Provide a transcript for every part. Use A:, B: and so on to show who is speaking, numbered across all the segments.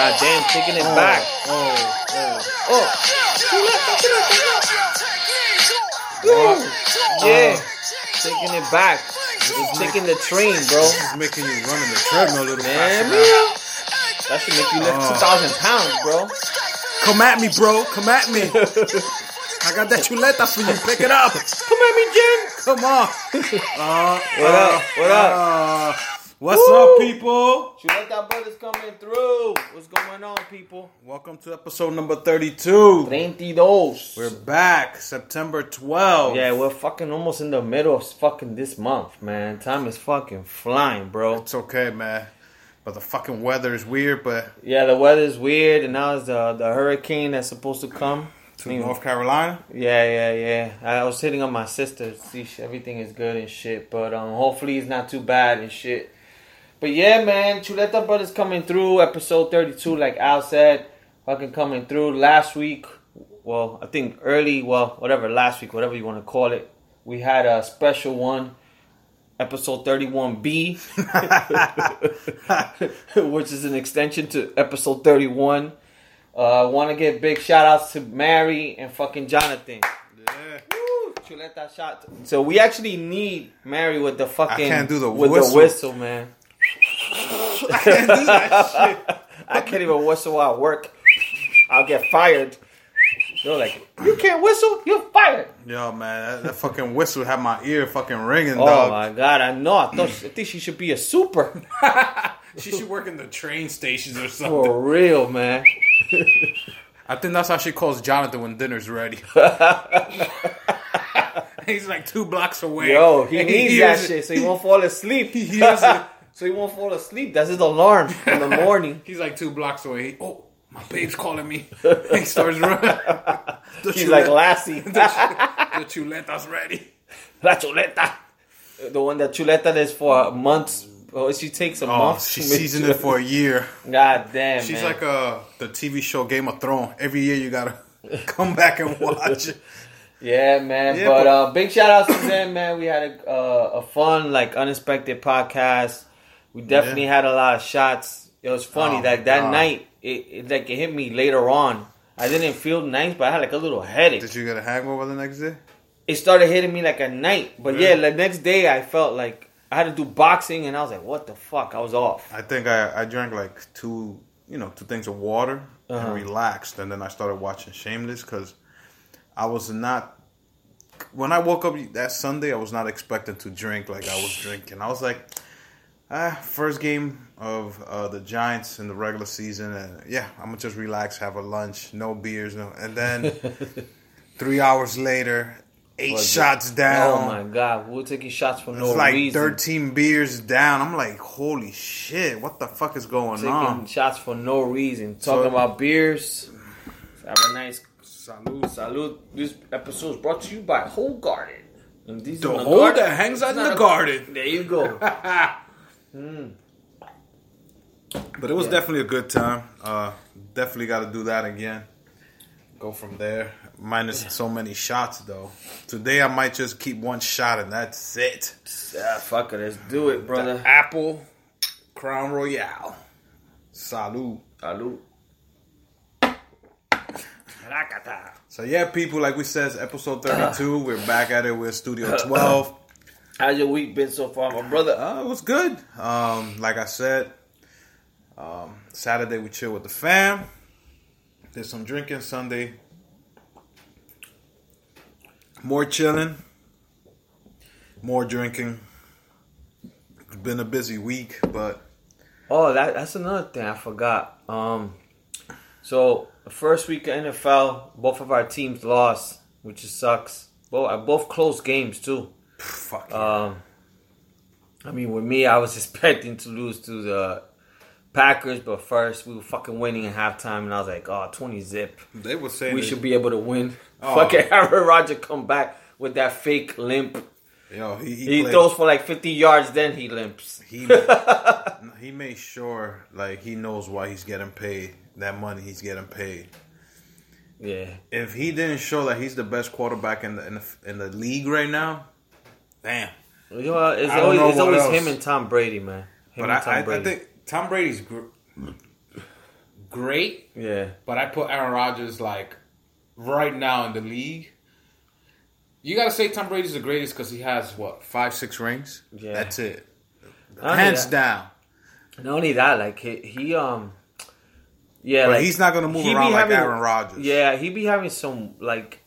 A: Uh, taking it back.
B: Oh, oh.
A: Oh, yeah, taking it back. It's taking the train, bro.
B: This is making you run in the treadmill a little
A: Man,
B: faster. now.
A: man. that should make you lift
B: Oh.
A: two thousand pounds, bro.
B: Come at me, bro. Come at me. I got that chuleta for you. Pick it up.
A: Come at me, Jen.
B: Come on. Uh,
A: What up? What up?
B: Uh, what's
A: Woo.
B: up, people?
A: You let that brothers coming through. What's going on, people?
B: Welcome to episode number 32. We're
A: 32.
B: back, September 12th.
A: Yeah, we're fucking almost in the middle of fucking this month, man. Time is fucking flying, bro.
B: It's okay, man. But the fucking weather is weird, but
A: Yeah, the weather's weird, and now it's the, the hurricane that's supposed to come.
B: to North Carolina,
A: Yeah, yeah, yeah. I was hitting up my sister. to See, if everything is good and shit. But um, hopefully it's not too bad and shit. But yeah, man, Chuleta Brothers coming through. Episode thirty-two, like Al said, fucking coming through. Last week, well, I think early, well, whatever, last week, whatever you want to call it, we had a special one, episode thirty-one B, which is an extension to episode thirty-one. Uh, want to give big shout outs to Mary and fucking Jonathan.
B: yeah.
A: Woo, Chuleta shot. So we actually need Mary with the fucking
B: I can't do the
A: with
B: whistle.
A: the whistle, man.
B: I can't do that shit.
A: I can't even whistle at work. I'll get fired. They're like, you can't whistle, you're fired.
B: Yo, man, that, that fucking whistle had my ear fucking ringing,
A: Oh
B: dog.
A: my god, I know. I thought I think she should be a super
B: She should work in the train stations or something.
A: for real, man.
B: I think that's how she calls Jonathan when dinner's ready. He's like two blocks away.
A: Yo, he
B: And
A: needs
B: hears
A: that shit
B: it.
A: so he won't fall asleep.
B: He hears it.
A: so he won't fall asleep. That's his alarm in the morning.
B: He's like two blocks away. He- oh, my babe's calling me. he starts running. The
A: He's like
B: chuleta-
A: Lassie,
B: the chu- the chuleta's ready.
A: La Chuleta, the one that Chuleta is for months. Oh, she takes a
B: Oh,
A: month. to
B: she
A: make
B: seasoned
A: chuleta.
B: it for a year.
A: God damn,
B: She's
A: man.
B: like uh, the TV show Game of Thrones. Every year you gotta come back and watch it.
A: Yeah, man.
B: Yeah,
A: but
B: but-
A: uh, big shout outs to them, man. We had a uh, a fun, like unexpected podcast. We definitely had a lot of shots. It was funny.
B: Oh,
A: like that
B: God.
A: night, it, it like it hit me later on. I didn't feel nice, but I had like a little headache.
B: Did you get a hangover the next day?
A: It started hitting me like at night, but yeah,
B: Yeah.
A: the next day I felt like I had to do boxing, and I was like, "What the fuck?" I was off.
B: I think I, I drank like two, you know, two things of water
A: Uh-huh.
B: and relaxed, and then I started watching Shameless because I was not. When I woke up that Sunday, I was not expecting to drink like I was drinking. I was like, ah, first game of uh, the Giants in the regular season, and yeah, I'm gonna just relax, have a lunch, no beers, no. And then three hours later, eight
A: Was it-
B: shots down
A: Oh my god, we were taking shots for no
B: it's like
A: reason.
B: 13 beers down. I'm like, holy shit, what the fuck is going
A: taking
B: on?
A: shots for no reason. Talking
B: So-
A: about beers. Have a nice Salud. This episode is brought to you by Whole Garden. And these
B: The
A: in
B: hole
A: garden-
B: that hangs out in
A: Not
B: the
A: a-
B: garden.
A: There you go.
B: But it was
A: Yeah.
B: definitely a good time. Uh, definitely got to do that again. Go from there. Minus so many shots, though. Today I might just keep one shot and that's it.
A: yeah, fuck it. Let's do it, brother.
B: Apple Crown Royale. Salud.
A: Salud. Rakata.
B: So yeah, people, like we said, episode 32. We're back at it. We're Studio 12.
A: How's your week been so far, my brother?
B: Uh, it was good. Um, like I said, um, Saturday we chill with the fam. Did some drinking Sunday. More chilling. More drinking. It's been a busy week, but
A: Oh, that, that's another thing I forgot. Um, so the first week of NFL, both of our teams lost, which just sucks. Both, uh, both close games too.
B: fuck.
A: Um, I mean, with me, I was expecting to lose to the Packers, but first we were fucking winning at halftime, and I was like, oh, 20 zip.
B: they were saying
A: We
B: that-
A: should be able to win.
B: Oh.
A: Fucking Aaron Rodgers come back with that fake limp.
B: Yo, he, he,
A: He
B: played-
A: throws for like 50 yards, then he limps.
B: he ma- he made sure like he knows why he's getting paid that money he's getting paid.
A: Yeah.
B: if he didn't show that he's the best quarterback in the in the, in the league right now, damn.
A: You know, it's
B: I
A: always,
B: don't know
A: it's
B: what
A: always
B: else.
A: him and Tom Brady, man. Him
B: But
A: and Tom
B: I, I, I
A: Brady.
B: think Tom Brady's gr-
C: great,
A: Yeah.
C: but I put Aaron Rodgers like right now in the league. You gotta say Tom Brady's the greatest because he has what five, six rings.
A: Yeah.
B: That's it.
A: I mean,
B: Hands
A: that-
B: down.
A: Not only that, like he, he um, yeah,
B: But
A: like,
B: he's not gonna move
A: he be
B: around like
A: having-
B: Aaron Rodgers.
A: Yeah, he be having some like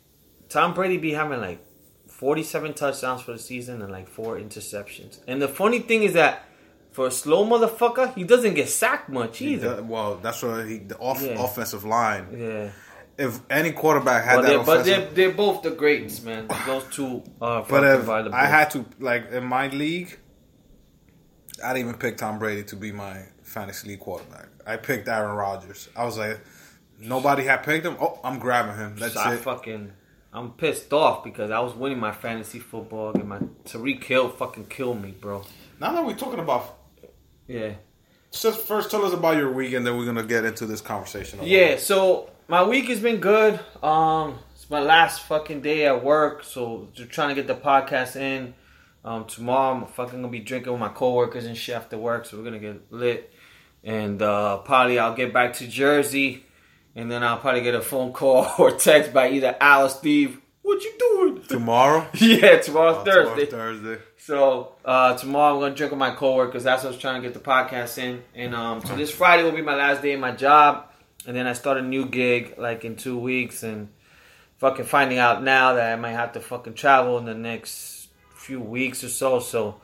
A: Tom Brady be having like forty-seven touchdowns for the season and like four interceptions. And the funny thing is that for a slow motherfucker, he doesn't get sacked much
B: He
A: either.
B: does- Well, that's what he the off,
A: Yeah.
B: offensive line.
A: Yeah,
B: If any quarterback had
A: but
B: that
A: they're, but
B: offensive
A: they're, they're both the greats, man. Those two are
B: But
A: fucking
B: if
A: by the
B: I
A: book.
B: had to, like in my league, I'd even pick Tom Brady to be my fantasy league quarterback. I picked Aaron Rodgers. I was like, nobody had picked him. Oh, I'm grabbing him. That's
A: So I
B: it.
A: fucking. I'm pissed off because I was winning my fantasy football and my Tariq Hill fucking killed me, bro.
B: now that we're talking about,
A: Yeah.
B: just first tell us about your week, and then we're gonna get into this conversation. about
A: Yeah,
B: it.
A: so my week has been good. Um, it's my last fucking day at work, so just trying to get the podcast in. Um, tomorrow I'm fucking gonna be drinking with my coworkers and shit after work, so we're gonna get lit. And uh, probably I'll get back to Jersey, and then I'll probably get a phone call or text by either Al or Steve. What you doing?
B: tomorrow,
A: yeah, tomorrow's
B: Oh, tomorrow,
A: Thursday.
B: Thursday.
A: So uh, tomorrow I'm gonna drink with my coworkers. That's what I was trying to get the podcast in. And um, so this Friday will be my last day in my job, and then I start a new gig like in two weeks. And fucking finding out now that I might have to fucking travel in the next few weeks or so. So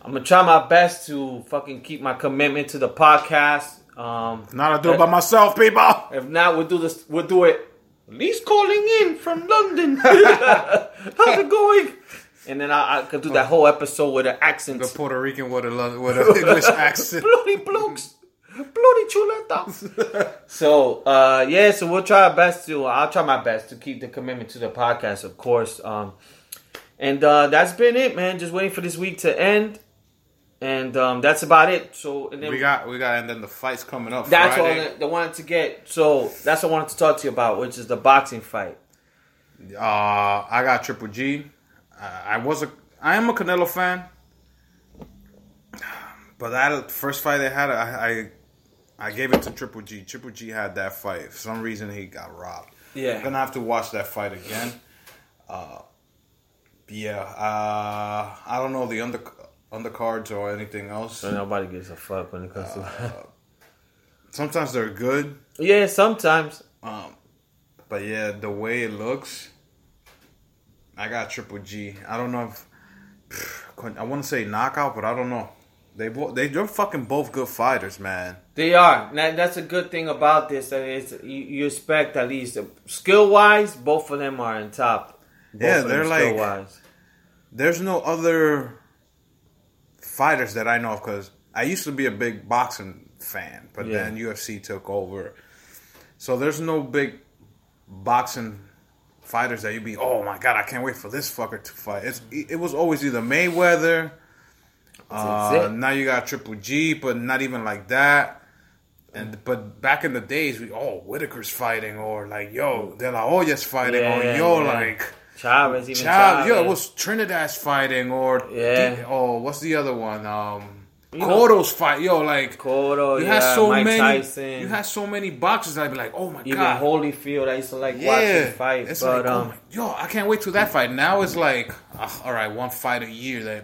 A: I'm gonna try my best to fucking keep my commitment to the podcast. Um,
B: Not I do it by myself, people.
A: if not, we'll do this. We'll do it. Lee's calling in from London. How's it going? And then I, I could do that whole episode with an accent.
B: The Puerto Rican with a lo- with an English accent.
A: bloody blokes, bloody chuleta. so uh, yeah, so we'll try our best to. I'll try my best to keep the commitment to the podcast, of course. Um, and uh, that's been it, man. Just waiting for this week to end, and um, that's about it. So and then
B: We got we got, and then the fight's coming up.
A: that's what I
B: Friday.
A: wanted- I wanted to get. So that's what I wanted to talk to you about, which is the boxing fight.
B: Uh, I got Triple G. Uh, I I was a, I am a Canelo fan, but that first fight they had, I, I, I gave it to Triple G. Triple G had that fight. For some reason, he got robbed.
A: Yeah.
B: I'm gonna have to watch that fight again. Uh, yeah. Uh, I don't know the under undercards or anything else.
A: So nobody gives a fuck when it comes to
B: Uh,
A: that.
B: Sometimes they're good,
A: yeah, sometimes.
B: Um, but yeah, the way it looks, I got Triple G. I don't know if I want to say knockout, but I don't know. They both they they're fucking both good fighters, man.
A: They are. Now, that's a good thing about this. That it's you, you expect at least skill wise, both of them are on top. Both
B: Yeah,
A: of them
B: they're like-
A: skill-wise.
B: There's no other fighters that I know of because I used to be a big boxing fan, but
A: Yeah.
B: then UFC took over. So there's no big boxing fighters that you'd be, oh my god, I can't wait for this fucker to fight. It's it was always either Mayweather. Uh,
A: it.
B: now you got Triple G, but not even like that. And but back in the days, we oh Whitaker's fighting or like yo De La Hoya's fighting
A: Yeah,
B: or yo
A: yeah.
B: like
A: Chavez, even
B: Child,
A: Chavez.
B: yo it was Trinidad's fighting or
A: Yeah.
B: the- oh what's the other one um
A: know-
B: Cotto's fight yo like
A: Cotto,
B: you
A: yeah,
B: had so
A: Mike
B: many
A: Tyson,
B: you had so many boxers I'd be like oh my
A: even
B: god
A: Holyfield. I used to like watching fight,
B: it's
A: but
B: like, oh
A: um,
B: my- yo, I can't wait to that fight. Now it's like, ah, all right, one fight a year. That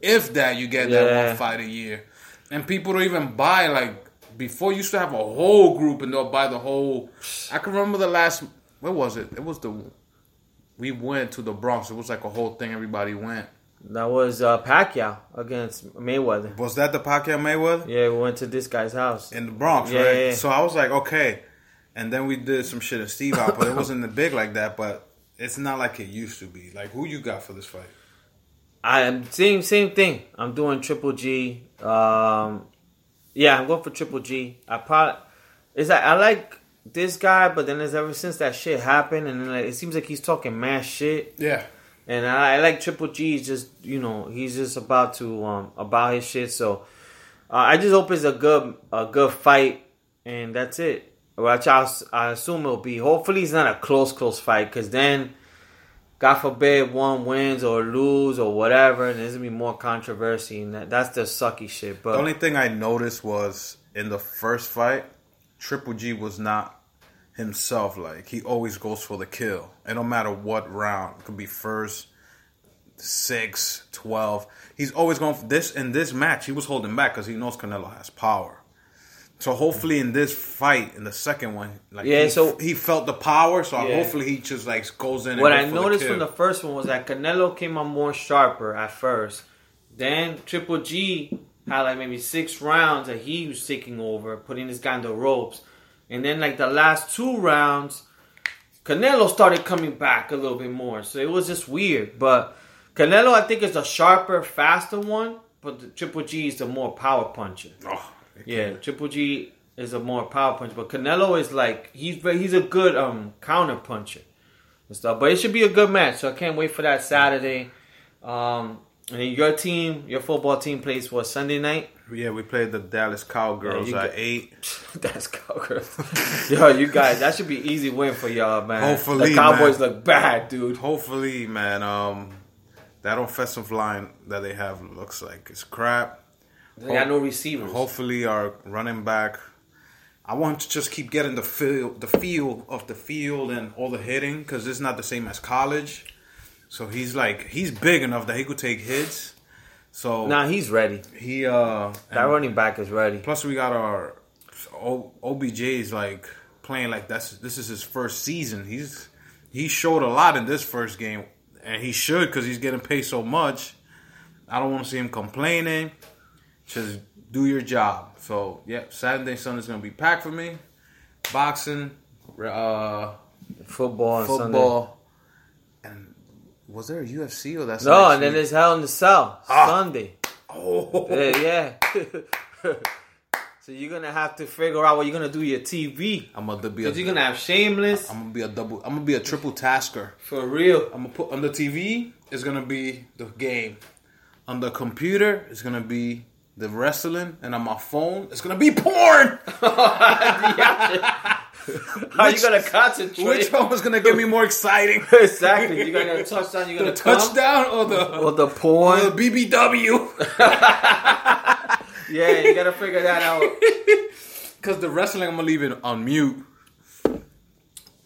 B: if that you get that
A: Yeah.
B: one fight a year, and people don't even buy like before. You used to have a whole group and they'll buy the whole. I can remember the last. What was it? It was the. We went to the Bronx. It was like a whole thing. Everybody went.
A: that was uh, Pacquiao against Mayweather.
B: Was that the Pacquiao Mayweather?
A: Yeah, we went to this guy's house.
B: in the Bronx,
A: Yeah,
B: right?
A: yeah, yeah.
B: So I was like, okay. And then we did some shit in Steve out, but it wasn't the big like that. But it's not like it used to be. Like who you got for this fight?
A: I am same same thing. I'm doing Triple G. Um, yeah, I'm going for Triple G. I probably is that I like this guy, but then it's ever since that shit happened, and then like, it seems like he's talking mad shit.
B: Yeah,
A: And I, I like Triple G. He's just you know he's just about to um about his shit. So uh, I just hope it's a good a good fight, and that's it. Which I, s- I assume it'll be. Hopefully, it's not a close close fight, because then, God forbid, one wins or lose or whatever, and there's gonna be more controversy, and that, that's the sucky shit. But
B: The only thing I noticed was in the first fight, Triple G was not himself. Like he always goes for the kill. It don't matter what round. It could be first, six, 12. He's always going for this. In this match, he was holding back because he knows Canelo has power. So hopefully in this fight, in the second one, like
A: Yeah,
B: he,
A: so-
B: he felt the power. So
A: Yeah.
B: hopefully he just like goes in.
A: What
B: and
A: I
B: goes for
A: noticed
B: the
A: from
B: kill.
A: the first one was that Canelo came on more sharper at first. Then Triple G had like maybe six rounds that he was taking over, putting this guy on the ropes. And then like the last two rounds, Canelo started coming back a little bit more. So it was just weird. But Canelo, I think, is the sharper, faster one. But the Triple G is the more power puncher.
B: Oh, okay.
A: Yeah, Triple G is a more power punch, but Canelo is like he's ve- he's a good um counter puncher and stuff. But it should be a good match, so I can't wait for that Saturday. Um, and then your team, your football team plays what Sunday night?
B: yeah, we played the Dallas Cowgirls
A: Yeah, you
B: at
A: got-
B: eight.
A: That's Cowgirls. Yo, you guys, that should be easy win for y'all, man.
B: Hopefully,
A: the Cowboys
B: man.
A: look bad, dude.
B: Hopefully, man, um, that offensive line that they have looks like it's crap.
A: They got no receivers.
B: Hopefully, our running back. I want to just keep getting the feel, the feel of the field and all the hitting because it's not the same as college. So he's like he's big enough that he could take hits. So
A: Nah, he's ready.
B: he uh
A: That running back is ready.
B: Plus, we got our O- OBJ's like playing like that's this is his first season. He's he showed a lot in this first game, and he should because he's getting paid so much. I don't want to see him complaining. Just do your job. So yeah, Saturday, Sunday's gonna be packed for me. Boxing, uh,
A: Football on Sunday.
B: football, and was there a UFC or that's
A: No,
B: next
A: and then
B: week?
A: it's Hell in the South
B: Ah.
A: Sunday.
B: oh
A: yeah. yeah. so you're gonna have to figure out what you're gonna do with your TV.
B: I'm gonna be a,
A: Cause you're gonna have Shameless
B: I'm gonna be a double I'm gonna be a triple tasker.
A: for real.
B: I'm gonna put on the TV is gonna be the game. On the computer it's gonna be the wrestling, and on my phone it's gonna be porn.
A: How you gonna concentrate?
B: Which one was gonna get me more exciting?
A: exactly. You're gonna touchdown. You're gonna touchdown.
B: Touchdown or the
A: Or the
B: or the
A: porn.
B: BBW?
A: Yeah, you gotta figure that out.
B: Because the wrestling I'm gonna leave it on mute.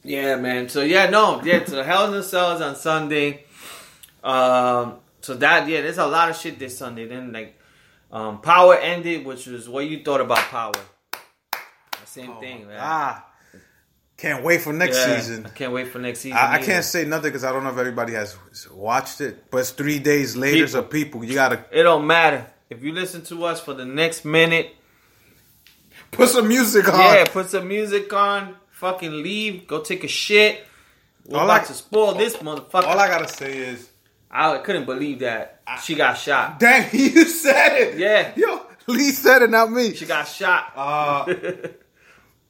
A: Yeah, man. So yeah, no, yeah. So Hell in the Cells on Sunday. Um, so that yeah, there's a lot of shit this Sunday. Then like, um, Power ended, which was what you thought about Power. Same thing, man.
B: Ah, can't wait for next
A: Yeah,
B: season.
A: I can't wait for next season.
B: I, I
A: either.
B: can't say nothing because I don't know if everybody has watched it, but it's three days later. So people, you gotta
A: It don't matter. If you listen to us for the next minute,
B: put some music on.
A: yeah, put some music on, fucking leave, go take a shit. We're
B: All
A: about
B: I-
A: to spoil this motherfucker.
B: All I gotta say is.
A: I couldn't believe that she got shot.
B: Damn, you said it.
A: Yeah.
B: Yo, Lee said it, not me.
A: She got shot.
B: Uh,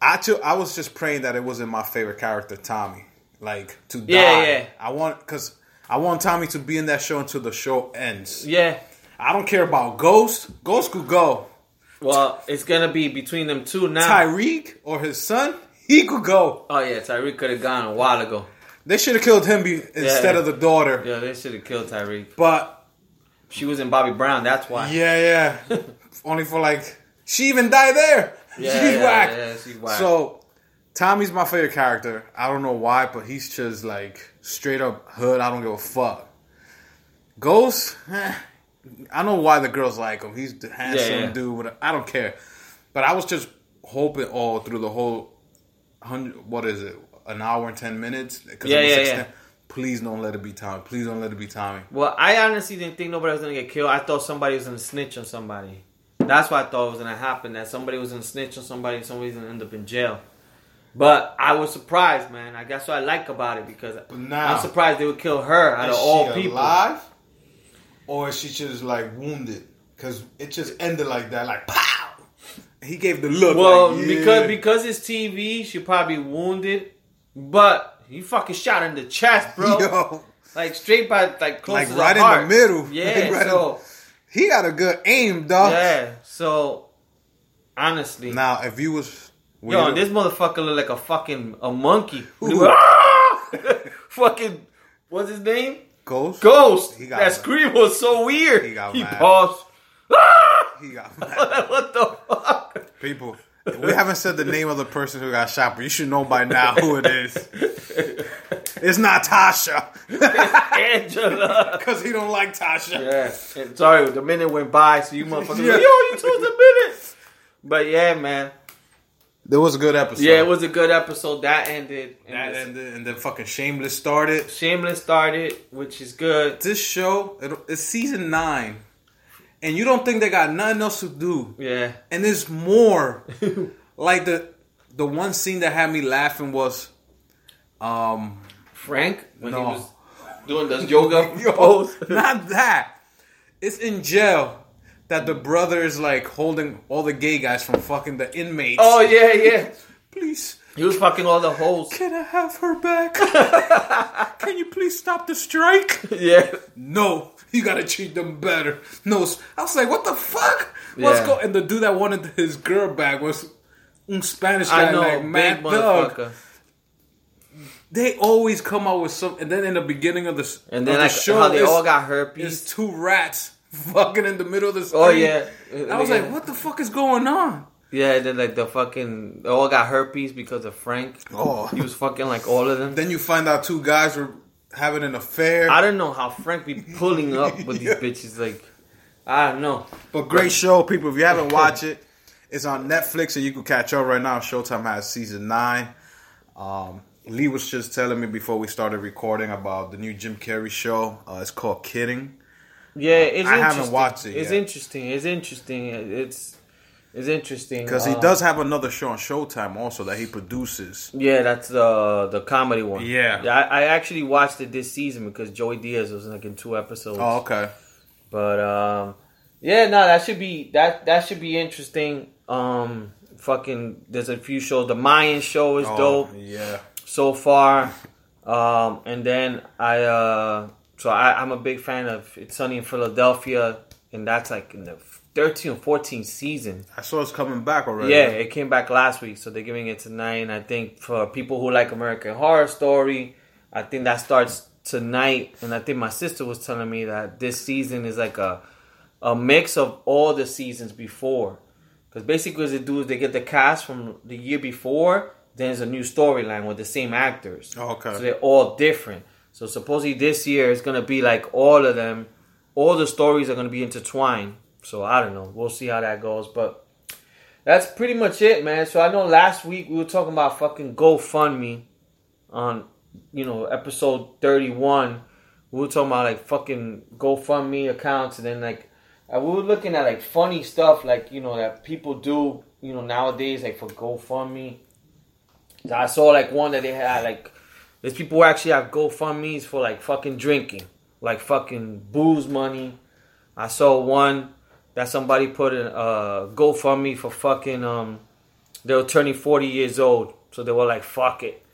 B: I too, I was just praying that it wasn't my favorite character, Tommy. Like to die.
A: Yeah, yeah.
B: I want because I want Tommy to be in that show until the show ends.
A: yeah.
B: I don't care about Ghost. Ghost could go.
A: Well, it's gonna be between them two now.
B: Tyreek or his son, he could go.
A: oh yeah, Tyreek could have gone a while ago.
B: They should have killed him be, instead
A: yeah.
B: of the daughter.
A: Yeah, they should have killed Tyreek.
B: But
A: She was in Bobby Brown. That's why.
B: yeah, yeah. Only for like she even died there.
A: Yeah,
B: She's
A: yeah,
B: whack.
A: yeah, she's whack.
B: So Tommy's my favorite character. I don't know why, but he's just like straight up hood. I don't give a fuck. Ghost, eh, I know why the girls like him. He's the handsome
A: Yeah, yeah.
B: dude. With a, I don't care. But I was just hoping all through the whole hundred. What is it? An hour and ten minutes. 'Cause it
A: Yeah,
B: was
A: yeah,
B: extend-
A: yeah.
B: Please don't let it be Tommy. Please don't let it be Tommy.
A: Well, I honestly didn't think nobody was gonna get killed. I thought somebody was gonna snitch on somebody. That's what I thought was gonna happen. That somebody was gonna snitch on somebody, and somebody's gonna end up in jail. But I was surprised, man. I guess what I like about it because
B: now-
A: I'm surprised they would kill her out
B: Is
A: of all
B: she
A: people.
B: alive, or is she just like wounded? Because it just ended like that, like pow. He gave the look.
A: Well,
B: like,
A: because
B: yeah.
A: because it's TV, she probably wounded. But he fucking shot her in the chest, bro.
B: Yo,
A: Like straight by like close
B: Like
A: to
B: right in
A: the
B: the
A: heart.
B: middle.
A: Yeah.
B: Like right in-
A: so
B: he got a good aim, dog.
A: yeah. So honestly,
B: Now, if you was were
A: Yo,
B: you-
A: this motherfucker look like a fucking a monkey.
B: Ooh.
A: Ah! fucking what's his name?
B: ghost,
A: Ghost.
B: He got
A: that
B: mad.
A: scream was so weird.
B: He got mad.
A: paused. Ah!
B: he got mad.
A: what the fuck?
B: people. We haven't said the name of the person who got shot, but you should know by now who it is. It's not Tasha
A: Angela.
B: because he don't like Tasha.
A: Yeah. And Sorry, the minute went by, so you motherfuckers.
B: Yeah.
A: Like, Yo, you told the minute. But yeah, man.
B: That was a good episode.
A: Yeah, it was a good episode. That ended. And
B: That
A: this-
B: ended, and then fucking Shameless started.
A: Shameless started, which is good.
B: This show, it, it's season nine, and you don't think they got nothing else to do,
A: Yeah.
B: and there's more. like the the one scene that had me laughing was, um,
A: Frank, when
B: No.
A: he was doing those yoga
B: Yo,
A: pose.
B: not that. It's in jail that the brother is like holding all the gay guys from fucking the inmates.
A: Oh, yeah, yeah.
B: please,
A: He was fucking all the holes.
B: can I have her back? can you please stop the strike?
A: Yeah.
B: No, you gotta treat them better. No, s- I was like, what the fuck? What's
A: Yeah.
B: going? And the dude that wanted his girl back was un Spanish guy,
A: I know.
B: like
A: big
B: Mad Dog.
A: motherfucker.
B: They always come out with some, and then in the beginning of the s-
A: And then
B: of
A: I,
B: the show,
A: how they
B: it's-
A: all got
B: it's
A: herpes.
B: two rats fucking in the middle of the street.
A: Oh, yeah.
B: I was
A: Yeah.
B: like, what the fuck is going on?
A: Yeah, and then like the fucking they all got herpes because of Frank.
B: Oh.
A: He was fucking like all of them.
B: Then you find out two guys were having an affair.
A: I don't know how Frank be pulling up with these
B: Yeah.
A: bitches. Like, I don't know.
B: But great show, people. If you haven't watched it, it's on Netflix and you can catch up right now. Showtime has season nine. Um, Lee was just telling me before we started recording about the new Jim Carrey show. Uh, it's called Kidding.
A: Yeah, it's
B: I haven't
A: interesting.
B: watched it
A: It's
B: yet.
A: interesting. It's interesting. It's it's interesting
B: Because he
A: Um,
B: does have another show on Showtime also that he produces.
A: Yeah, that's the the comedy one.
B: Yeah.
A: yeah. I, I actually watched it this season because Joey Diaz was like in two episodes.
B: Oh, okay.
A: But um, yeah, no, that should be that that should be interesting. Um, fucking, there's a few shows. The Mayan show is
B: Oh,
A: dope
B: Yeah.
A: so far. Um, and then I, uh, so I, I'm a big fan of It's Sunny in Philadelphia, and that's like in the 13 or 14 season.
B: I saw it's coming back already.
A: Yeah, it came back last week, so they're giving it tonight. And I think for people who like American Horror Story, I think that starts tonight. And I think my sister was telling me that this season is like a a mix of all the seasons before. Because basically, what they do is they get the cast from the year before, then it's a new storyline with the same actors.
B: Oh, okay.
A: So they're all different. So supposedly this year it's gonna be like all of them, all the stories are gonna be intertwined. So I don't know. We'll see how that goes, but that's pretty much it, man. So I know last week we were talking about fucking GoFundMe on, you know, episode 31. We were talking about like fucking GoFundMe accounts and then like, uh, we were looking at like funny stuff like, you know, that people do, you know, nowadays like for GoFundMe. I saw like one that they had like, there's people who actually have GoFundMe's for like fucking drinking, like fucking booze money. I saw one that somebody put in uh GoFundMe for fucking um they were turning 40 years old, so they were like fuck it.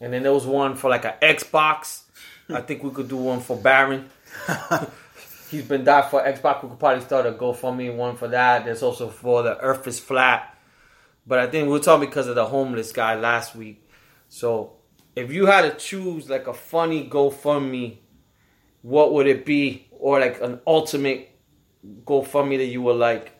A: And then there was one for like an Xbox. I think we could do one for Baron. He's been died for Xbox. We could probably start a GoFundMe one for that. There's also for the Earth is flat. But I think we were talking because of the homeless guy last week. So if you had to choose like a funny GoFundMe, what would it be? Or like an ultimate GoFundMe that you would like?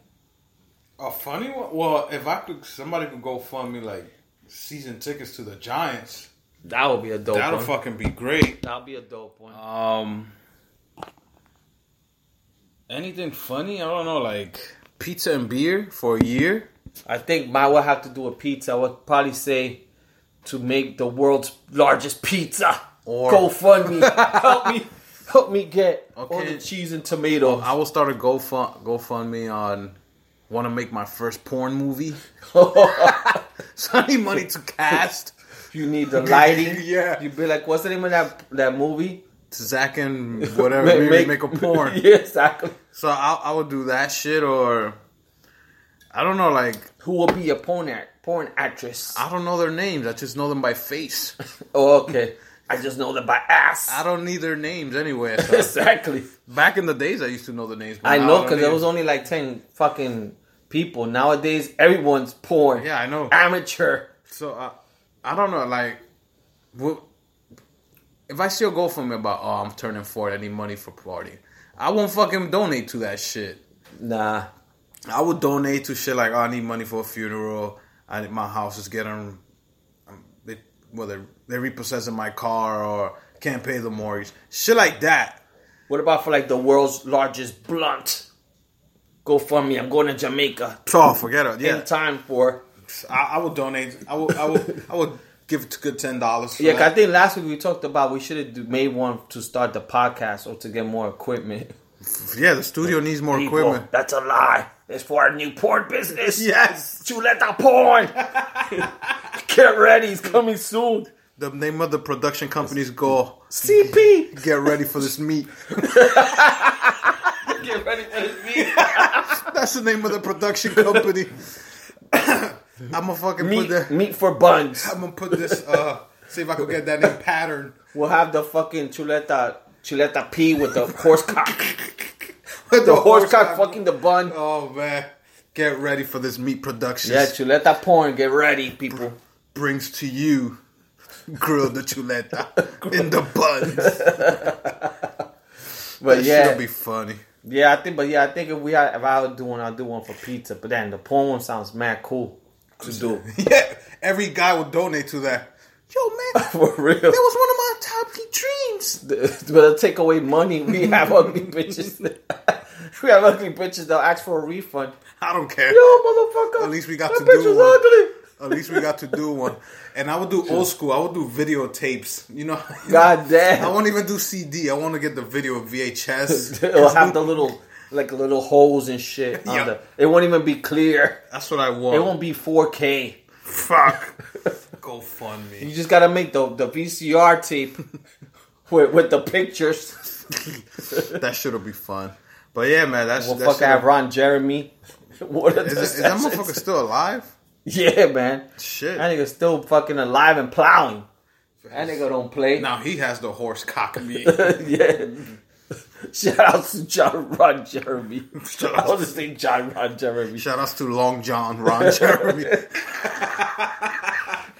C: A funny one. Well, if I could, somebody could go fund me like season tickets to the Giants.
A: That would be a dope
B: That'll
A: one.
B: fucking be great.
A: That'll be a dope one.
B: Um,
C: Anything funny? I don't know. Like
B: pizza and beer for a year.
A: I think my would have to do with pizza. I would probably say to make the world's largest pizza.
B: Or-
A: GoFundMe. help me. Help me get all
B: Okay.
A: the cheese and tomatoes.
B: I will start a GoFund GoFundMe on want to make my first porn movie. so Oh, I need money to cast
A: you need the lighting.
B: Yeah.
A: You'd be like, what's the name of that that movie?
B: Zach and whatever maybe make, a porn.
A: yeah, exactly.
B: So I, I would do that shit or I don't know like
A: Who will be a porn act, porn actress?
B: I don't know their names. I just know them by face.
A: oh, okay. I just know that by ass.
B: I don't need their names anyway. so-
A: exactly.
B: Back in the days, I used to know the names. but
A: I
B: now
A: know
B: don't
A: because there
B: need-
A: was only like ten fucking people. Nowadays, everyone's porn.
B: yeah, I know.
A: Amateur.
B: So I, I don't know. Like, what, if I still go from about oh I'm turning forty, I need money for party. I won't fucking donate to that shit.
A: Nah.
B: I would donate to shit like oh I need money for a funeral. I my house is getting um, it, well they're, they're repossessing my car or can't pay the mortgage, shit like that.
A: What about for like the world's largest blunt? Go for me. I'm going to Jamaica
B: Oh, forget it.
A: in
B: Yeah,
A: time for.
B: I, I would donate. I would. I would. I would give a good ten dollars.
A: Yeah, 'cause I think last week we talked about we should have made one to start the podcast or to get more equipment.
B: yeah. The studio needs more
A: People,
B: equipment.
A: That's a lie. It's for our new porn business.
B: Yes.
A: Chuleta porn. Get ready. It's coming soon.
B: The name of the production company's goal.
A: CP.
B: Get ready for this meet.
A: Get ready for this meet.
B: That's the name of the production company. I'm gonna fucking put
A: Meat,
B: that.
A: meat for buns.
B: I'm gonna put this. Uh, see if I can get that name pattern.
A: We'll have the fucking chuleta, chuleta pea with the horse cock.
B: With
A: The horse cock fucking the bun.
B: Oh man, get ready for this meat production.
A: Yeah, chuleta porn. Get ready, people.
B: brings to you grilled the chuleta in the buns.
A: But
B: That
A: yeah,
B: shit'll be funny.
A: yeah, I think. But yeah, I think if we had, if I would do one, I'll do one for pizza. But then the porn one sounds mad cool to do
B: Yeah, every guy would donate to that. Yo man, that
A: for real.
B: was one of my top three dreams.
A: But take away money. We have ugly bitches. we have ugly bitches. They'll ask for a refund.
B: I don't care.
A: Yo, motherfucker.
B: At least we got
A: that
B: to
A: bitch
B: do
A: was
B: one.
A: ugly.
B: At least we got to do one. And I would do old school. I would do videotapes. You know,
A: God damn.
B: I won't even do CD. I want to get the video of VHS.
A: It'll have the little like little holes and shit. On
B: Yeah.
A: the, it won't even be clear.
B: That's what I
A: It
B: want.
A: won't be 4K.
B: Fuck. Go fund
A: You
B: me.
A: just gotta make the the VCR tape with with the pictures.
B: That shit'll be fun. But yeah, man, that's
A: Well,
B: that
A: fuck, I
B: shit'll-
A: have Ron Jeremy. What are the
B: Is, that- is that
A: sessions?
B: motherfucker still alive?
A: Yeah, man.
B: Shit.
A: That nigga's still fucking alive and plowing. That nigga don't play.
B: Now he has the horse cock meat.
A: yeah. Shout out to John Ron Jeremy.
B: Shout
A: I
B: out.
A: was just saying John Ron Jeremy.
B: Shout outs to Long John Ron Jeremy.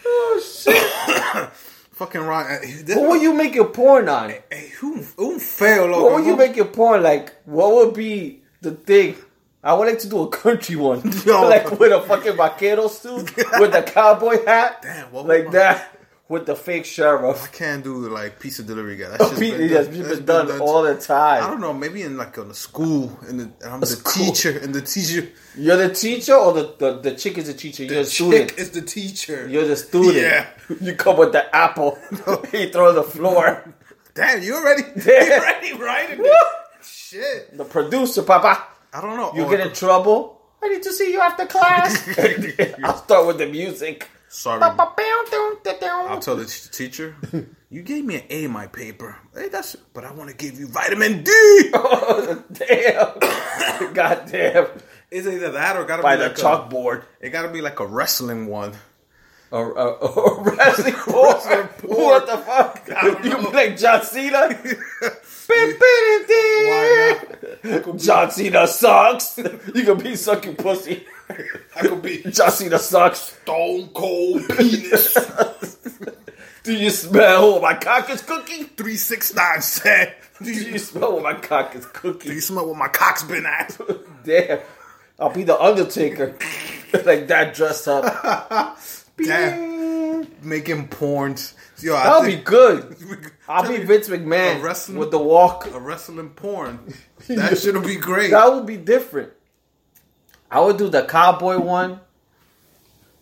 A: Oh, shit.
B: Fucking Ron. eh, This,
A: What would you make your porn on?
B: eh, who, who fail? loco?
A: What would you make your porn like? What would be the thing? I would like to do a country one,
B: Yo.
A: like with a fucking vaquero suit, with a cowboy hat,
B: Damn, what would
A: like
B: my-
A: that, with the fake sheriff.
B: I can't do like pizza delivery guy. That's just
A: Pete, that's been,
B: that's
A: done all the
B: I
A: time.
B: don't know. Maybe in like on the school, and the, and I'm the
A: school.
B: teacher, and the teacher.
A: You're the teacher, or the the, the chick is the teacher. You're the,
B: the
A: student.
B: chick is the teacher.
A: You're the student.
B: Yeah.
A: You come with the apple. he throw the floor.
B: Damn, you already, you
A: Yeah.
B: already writing
A: Woo!
B: this shit.
A: The producer, Papa.
B: I don't know.
A: You
B: Oh,
A: get in trouble. I need to see you after class. I'll start with the music.
B: Sorry, I'll
A: I'll
B: tell the t- teacher. You gave me an A in my paper. Hey, that's. But I want to give you vitamin D.
A: Oh, damn. God damn.
B: It's either that or gotta
A: By
B: be
A: the
B: like A,
A: chalkboard.
B: it gotta be like a wrestling one.
A: Or, or, or wrestling board. What the fuck? You be like John Cena?
B: Why
A: John Cena sucks. You can be sucking pussy.
B: I could be
A: John Cena sucks.
B: Stone Cold Penis
A: Do you smell what my cock is cooking?
B: three six nine said. Do
A: Do
B: you,
A: you smell what my cock is
B: do
A: cooking?
B: you smell what my cock's been at?
A: Damn. I'll be the Undertaker. like that dressed up.
B: Damn. Making porns. Yo, I
A: That'll be
B: think
A: good. I'll
B: Tell
A: be
B: me,
A: Vince McMahon
B: a wrestling-
A: with the walk.
B: a wrestling porn. That shit'll be great.
A: That would be different. I would do the cowboy one.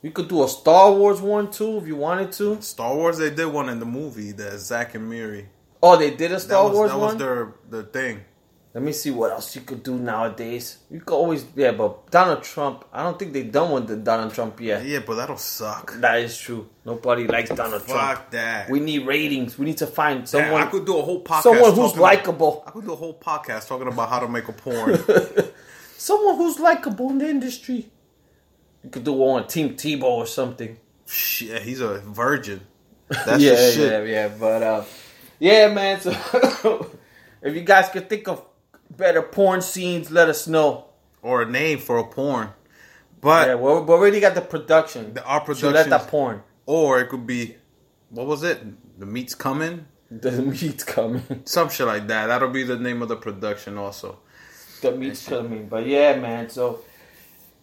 A: You could do a Star Wars one too if you wanted to.
B: Star Wars, they did one in the movie, the Zack and Miri.
A: Oh, they did a
B: That
A: Star
B: was,
A: Wars
B: that
A: one.
B: was their the thing.
A: Let me see what else you could do nowadays. You could always yeah, but Donald Trump. I don't think they done one with Donald Trump yet.
B: Yeah, but that'll suck.
A: That is true. Nobody likes Donald Trump.
B: Fuck that.
A: We need ratings. We need to find
B: Damn,
A: someone
B: I could do a whole podcast.
A: someone who's
B: talking about-
A: likable.
B: I could do a whole podcast talking about how to make a porn.
A: Someone who's likable in the industry. You could do one on Team Tebow or something.
B: Shit, he's a virgin. That's
A: yeah,
B: the shit.
A: yeah, yeah. But uh, yeah, man. So if you guys could think of better porn scenes, let us know.
B: Or a name for a porn. But
A: Yeah, we we already got the production.
B: the, our
A: So let
B: production,
A: that porn.
B: or it could be, what was it? The meat's coming,
A: The meat's coming.
B: some shit like that. That'll be the name of the production also.
A: The meat's coming. But yeah, man. So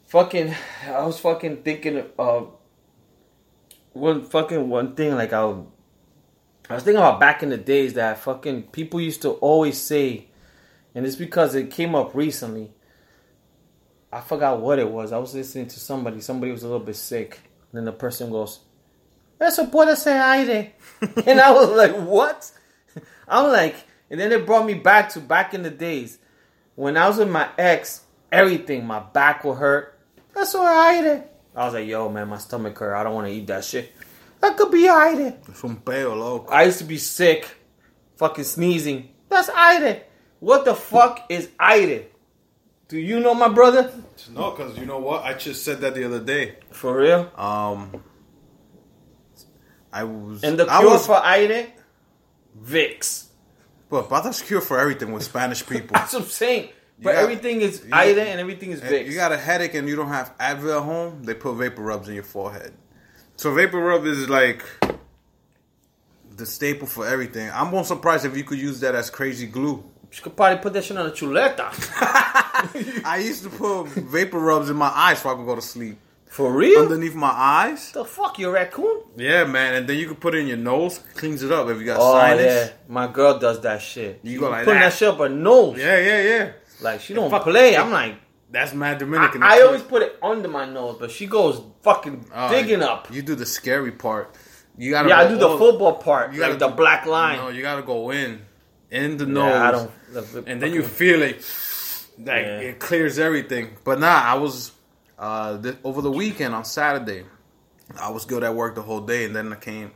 A: fucking I was fucking thinking of one fucking one thing like I w- I was thinking about back in the days that fucking people used to always say and it's because it came up recently. I forgot what it was. I was listening to somebody. Somebody was a little bit sick. And then the person goes, Eso puede ser aire. and I was like, what? I'm like, and then it brought me back to back in the days when I was with my ex, everything, my back will hurt. That's all right. I was like, yo, man, my stomach hurt. I don't want to eat that shit. That could be aire.
B: Es un peo, loco.
A: I used to be sick, fucking sneezing. That's aire. What the fuck is aire? Do you know my brother?
B: No, because you know what? I just said that the other day.
A: For real?
B: Um, I was.
A: And the
B: I
A: cure
B: was,
A: for aire? Vicks.
B: But Bata's cure for everything with Spanish people.
A: That's what I'm saying. But
B: got-
A: everything is
B: you-
A: aire and everything is
B: If
A: Vicks.
B: you got a headache and you don't have Advil at home, they put vapor rubs in your forehead. So vapor rub is like the staple for everything. I'm more surprised if you could use that as crazy glue.
A: you could probably put that shit on a chuleta.
B: I used to put vapor rubs in my eyes so I could go to sleep.
A: For real?
B: Underneath my eyes?
A: the fuck, you raccoon?
B: Yeah, man. And then you could put it in your nose, cleans it up if you got
A: Oh
B: sinus.
A: yeah, my girl does that shit.
B: You
A: She
B: go like
A: putting
B: that.
A: that. shit up her nose.
B: Yeah, yeah, yeah.
A: Like she don't play. I'm like,
B: That's mad
A: I,
B: Dominican.
A: I always put it under my nose, but she goes fucking
B: Oh,
A: digging up.
B: You do the scary part. You gotta
A: Yeah, I
B: go
A: do the
B: all-
A: football part,
B: you
A: like
B: gotta
A: the
B: do-
A: black line.
B: No, you gotta go in, in the
A: Yeah,
B: nose.
A: I don't. the- the
B: and then you
A: fucking-
B: feel it like
A: Yeah.
B: it clears everything but nah i was uh th- over the weekend on saturday i was good at work the whole day and then i came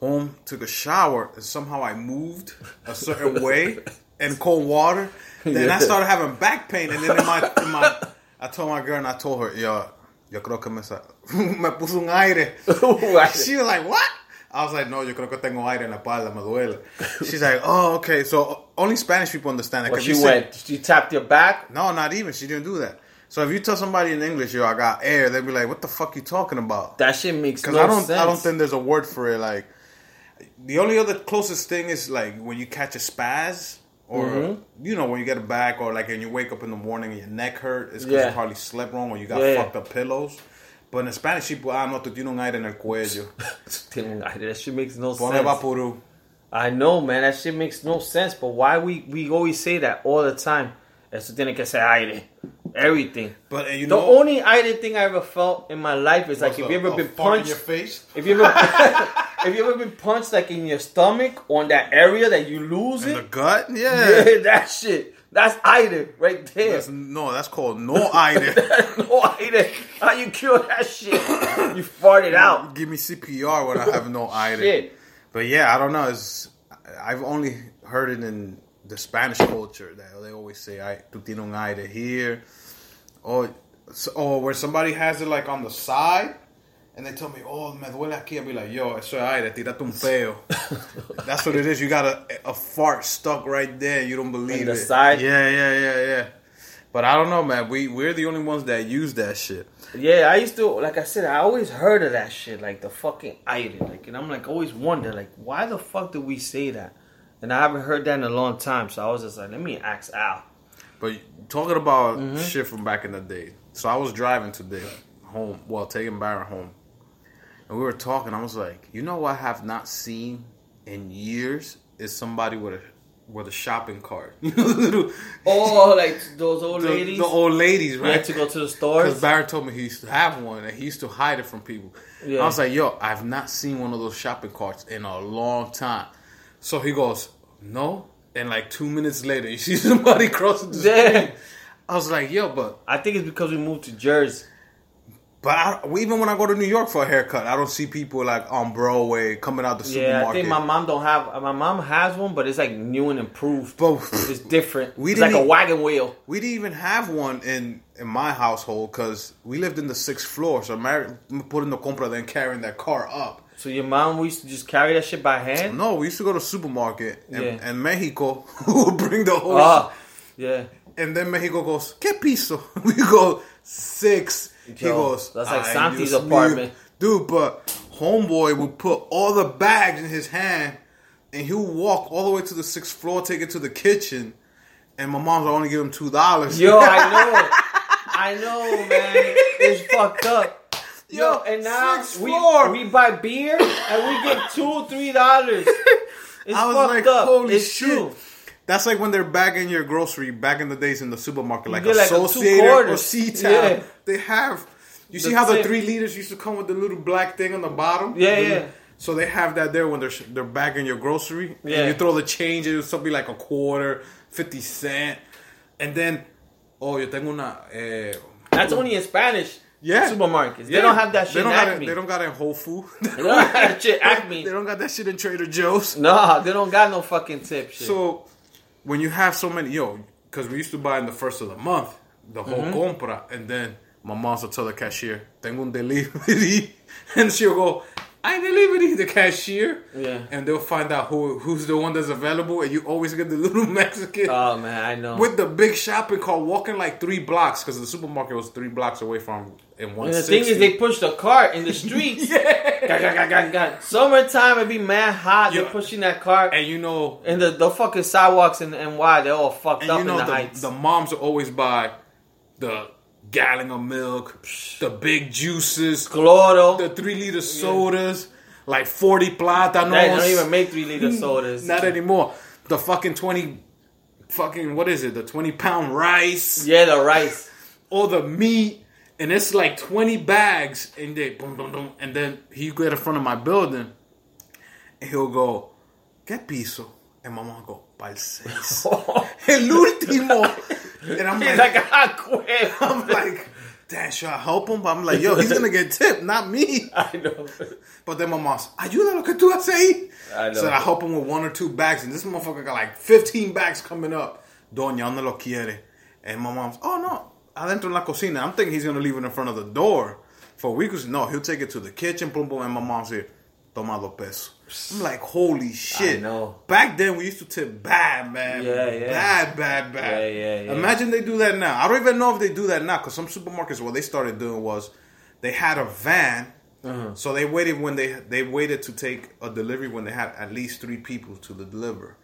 B: home took a shower and somehow i moved a certain way in cold water then i
A: Yeah.
B: started having back pain and then in my, in my i told my girl and i told her yo yo creo que me, sa- me puso un aire she was like, "What?" I was like, "No, yo creo que tengo aire en la espalda, me duele." She's like, "Oh, okay." So only Spanish people understand that.
A: Well,
B: 'cause
A: she
B: you say-
A: went. She tapped your back.
B: no, not even. She didn't do that. So if you tell somebody in English, "Yo, I got air," they'd be like, "What the fuck you talking about?"
A: That shit makes no
B: Because I don't,
A: sense.
B: I don't think there's a word for it. Like the only other closest thing is like when you catch a spaz. Or
A: Mm-hmm.
B: you know when you get a back, or like and you wake up in the morning and your neck hurt, it's because
A: Yeah.
B: you hardly slept wrong, or you got
A: Yeah, yeah.
B: fucked up pillows. But in Spanish, people, ah, no te tiene un aire en el cuello.
A: that shit makes no
B: Pone
A: sense.
B: vaporú.
A: I know, man. That shit makes no sense. But why we we always say that all the time? Eso tiene que ser aire. Everything.
B: But and you
A: The
B: know,
A: only aire thing I ever felt in my life is like
B: What's
A: if
B: up?
A: you ever
B: A
A: been
B: fart in
A: punched.
B: your face.
A: If you ever, if you ever been punched like in your stomach or in that area that you lose
B: In the
A: it,
B: gut? Yeah.
A: yeah, that shit, that's either right there.
B: That's, no, that's called no either.
A: no either. How you kill that shit? you fart it out.
B: Give me CPR when I have no either.
A: Shit.
B: But yeah, I don't know. It's I've only heard it in the Spanish culture that they always say "I tú tienes un aire here," or or where somebody has it like on the side. And they tell me, oh, me duele aquí. I'll be like, yo, eso es aire, tírate un peo. That's what it is. You got a, a fart stuck right there. You don't believe
A: In the
B: it.
A: side?
B: Yeah, yeah, yeah, yeah. But I don't know, man. We, we're the only ones that use that shit.
A: Yeah, I used to like I said, I always heard of that shit, like the fucking item, like, and I'm like always wonder, like, why the fuck do we say that? And I haven't heard that in a long time, so I was just like, let me ask Al.
B: But talking about
A: Mm-hmm.
B: shit from back in the day. So I was driving today home, well, taking Byron home. And we were talking. I was like, you know what I have not seen in years is somebody with a with a shopping cart. You know, the, little-
A: Oh, like those old
B: the-
A: ladies.
B: the old ladies,
A: we had
B: right?
A: to go to the
B: Because
A: stores.
B: Barrett told me he used to have one and he used to hide it from people.
A: Yeah.
B: I was like, yo, I've not seen one of those shopping carts in a long time. So he goes, no. And like two minutes later, you see somebody crossing the
A: Yeah.
B: street. I was like, yo, but
A: I think it's because we moved to Jersey.
B: but I, even when I go to New York for a haircut, I don't see people like on Broadway coming out the
A: Yeah,
B: supermarket.
A: I think my mom don't have. My mom has one, but it's like new and improved.
B: but
A: It's different.
B: We
A: it's
B: didn't
A: like a
B: e-
A: wagon wheel.
B: we didn't even have one in in my household because we lived in the sixth floor. So Mary putting the compra then carrying that car up.
A: So your mom we used to just carry that shit by hand.
B: No, we used to go to supermarket and,
A: Yeah.
B: and Mexico would bring the whole
A: Oh, yeah.
B: And then Mexico goes, ¿Qué piso? We go, six. He
A: Yo,
B: goes,
A: that's like
B: "Ay,
A: Santi's
B: Dios mío."
A: apartment.
B: Dude, but Homeboy would put all the bags in his hand and he would walk all the way to the sixth floor, take it to the kitchen. And my mom's like, "I only give him $2.
A: Yo, I know. I know, man. It's fucked up. Yo,
B: Yo,
A: and now
B: six
A: we,
B: floor.
A: we buy beer and we get two, three dollars. It's
B: I was
A: fucked
B: like,
A: up.
B: holy
A: it's
B: shit.
A: true.
B: That's like when they're bagging your grocery back in the days in the supermarket, like
A: get like a two
B: Associated or
A: quarters.
B: C-Town.
A: Yeah.
B: They have. You see
A: The
B: how the
A: tip.
B: three liters used to come with the little black thing on the bottom?
A: Yeah,
B: The-
A: yeah.
B: So they have that there when they're sh- they're bagging your grocery.
A: Yeah.
B: And you throw the change, it'll still be like a quarter, 50 cent. And then, oh, yo tengo una. Eh,
A: That's only in Spanish
B: yeah.
A: supermarkets. They
B: Yeah.
A: don't have that
B: They
A: shit in
B: don't, got it,
A: Acme.
B: they don't got it in Whole Food.
A: They don't have that shit in Acme.
B: they don't got that shit in Trader Joe's.
A: Nah, they don't got no fucking tip shit.
B: So when you have so many, yo, because we used to buy in the first of the month, the whole
A: Mm-hmm.
B: compra, and then my mom will tell the cashier, "Tengo un delivery," and she'll go, "I delivery the cashier,"
A: Yeah.
B: and they'll find out who who's the one that's available, and you always get the little Mexican.
A: oh man, I know.
B: with the big shopping cart, walking like three blocks because the supermarket was three blocks away from in one.
A: and the thing is, they push the cart in the streets. Gah, gah, gah, gah, gah. Summertime, it be mad hot. They're
B: Yeah.
A: pushing that cart.
B: and you know
A: And the, the fucking sidewalks in NY, they're all fucked
B: And
A: up
B: you know
A: in the,
B: the,
A: heights.
B: the, moms will always buy the gallon of milk, the big juices,
A: Cloro.
B: the three liter sodas, like forty platanos.
A: they don't even make three liter sodas.
B: Not anymore. The fucking twenty, fucking what is it? The twenty pound rice,
A: yeah, the rice.
B: all the meat, and it's like twenty bags, and they boom boom boom, and then he get in front of my building, and he'll go, "Qué piso?" And my mom will go, "Pal seis." El último. And I'm
A: He's
B: like,
A: like, I quit.
B: I'm like, damn, should I help him? But I'm like, yo, he's gonna get tipped, not me.
A: I know.
B: But then my mom's, ayuda lo que tú haces ahí.
A: I know.
B: So I help him with one or two bags, and this motherfucker got like 15 bags coming up. Doña, no lo quiere. And my mom's, oh no, adentro en la cocina. I'm thinking he's gonna leave it in front of the door for weeks. No, he'll take it to the kitchen, boom, boom, and my mom's here, toma dos pesos. I'm like, holy shit.
A: know.
B: Back then, we used to tip bad, man.
A: Yeah, yeah.
B: Bad, bad, bad.
A: Yeah, yeah, yeah.
B: Imagine they do that now. I don't even know if they do that now because some supermarkets, what they started doing was they had a van, so they waited when they they waited to take a delivery when they had at least three people to deliver.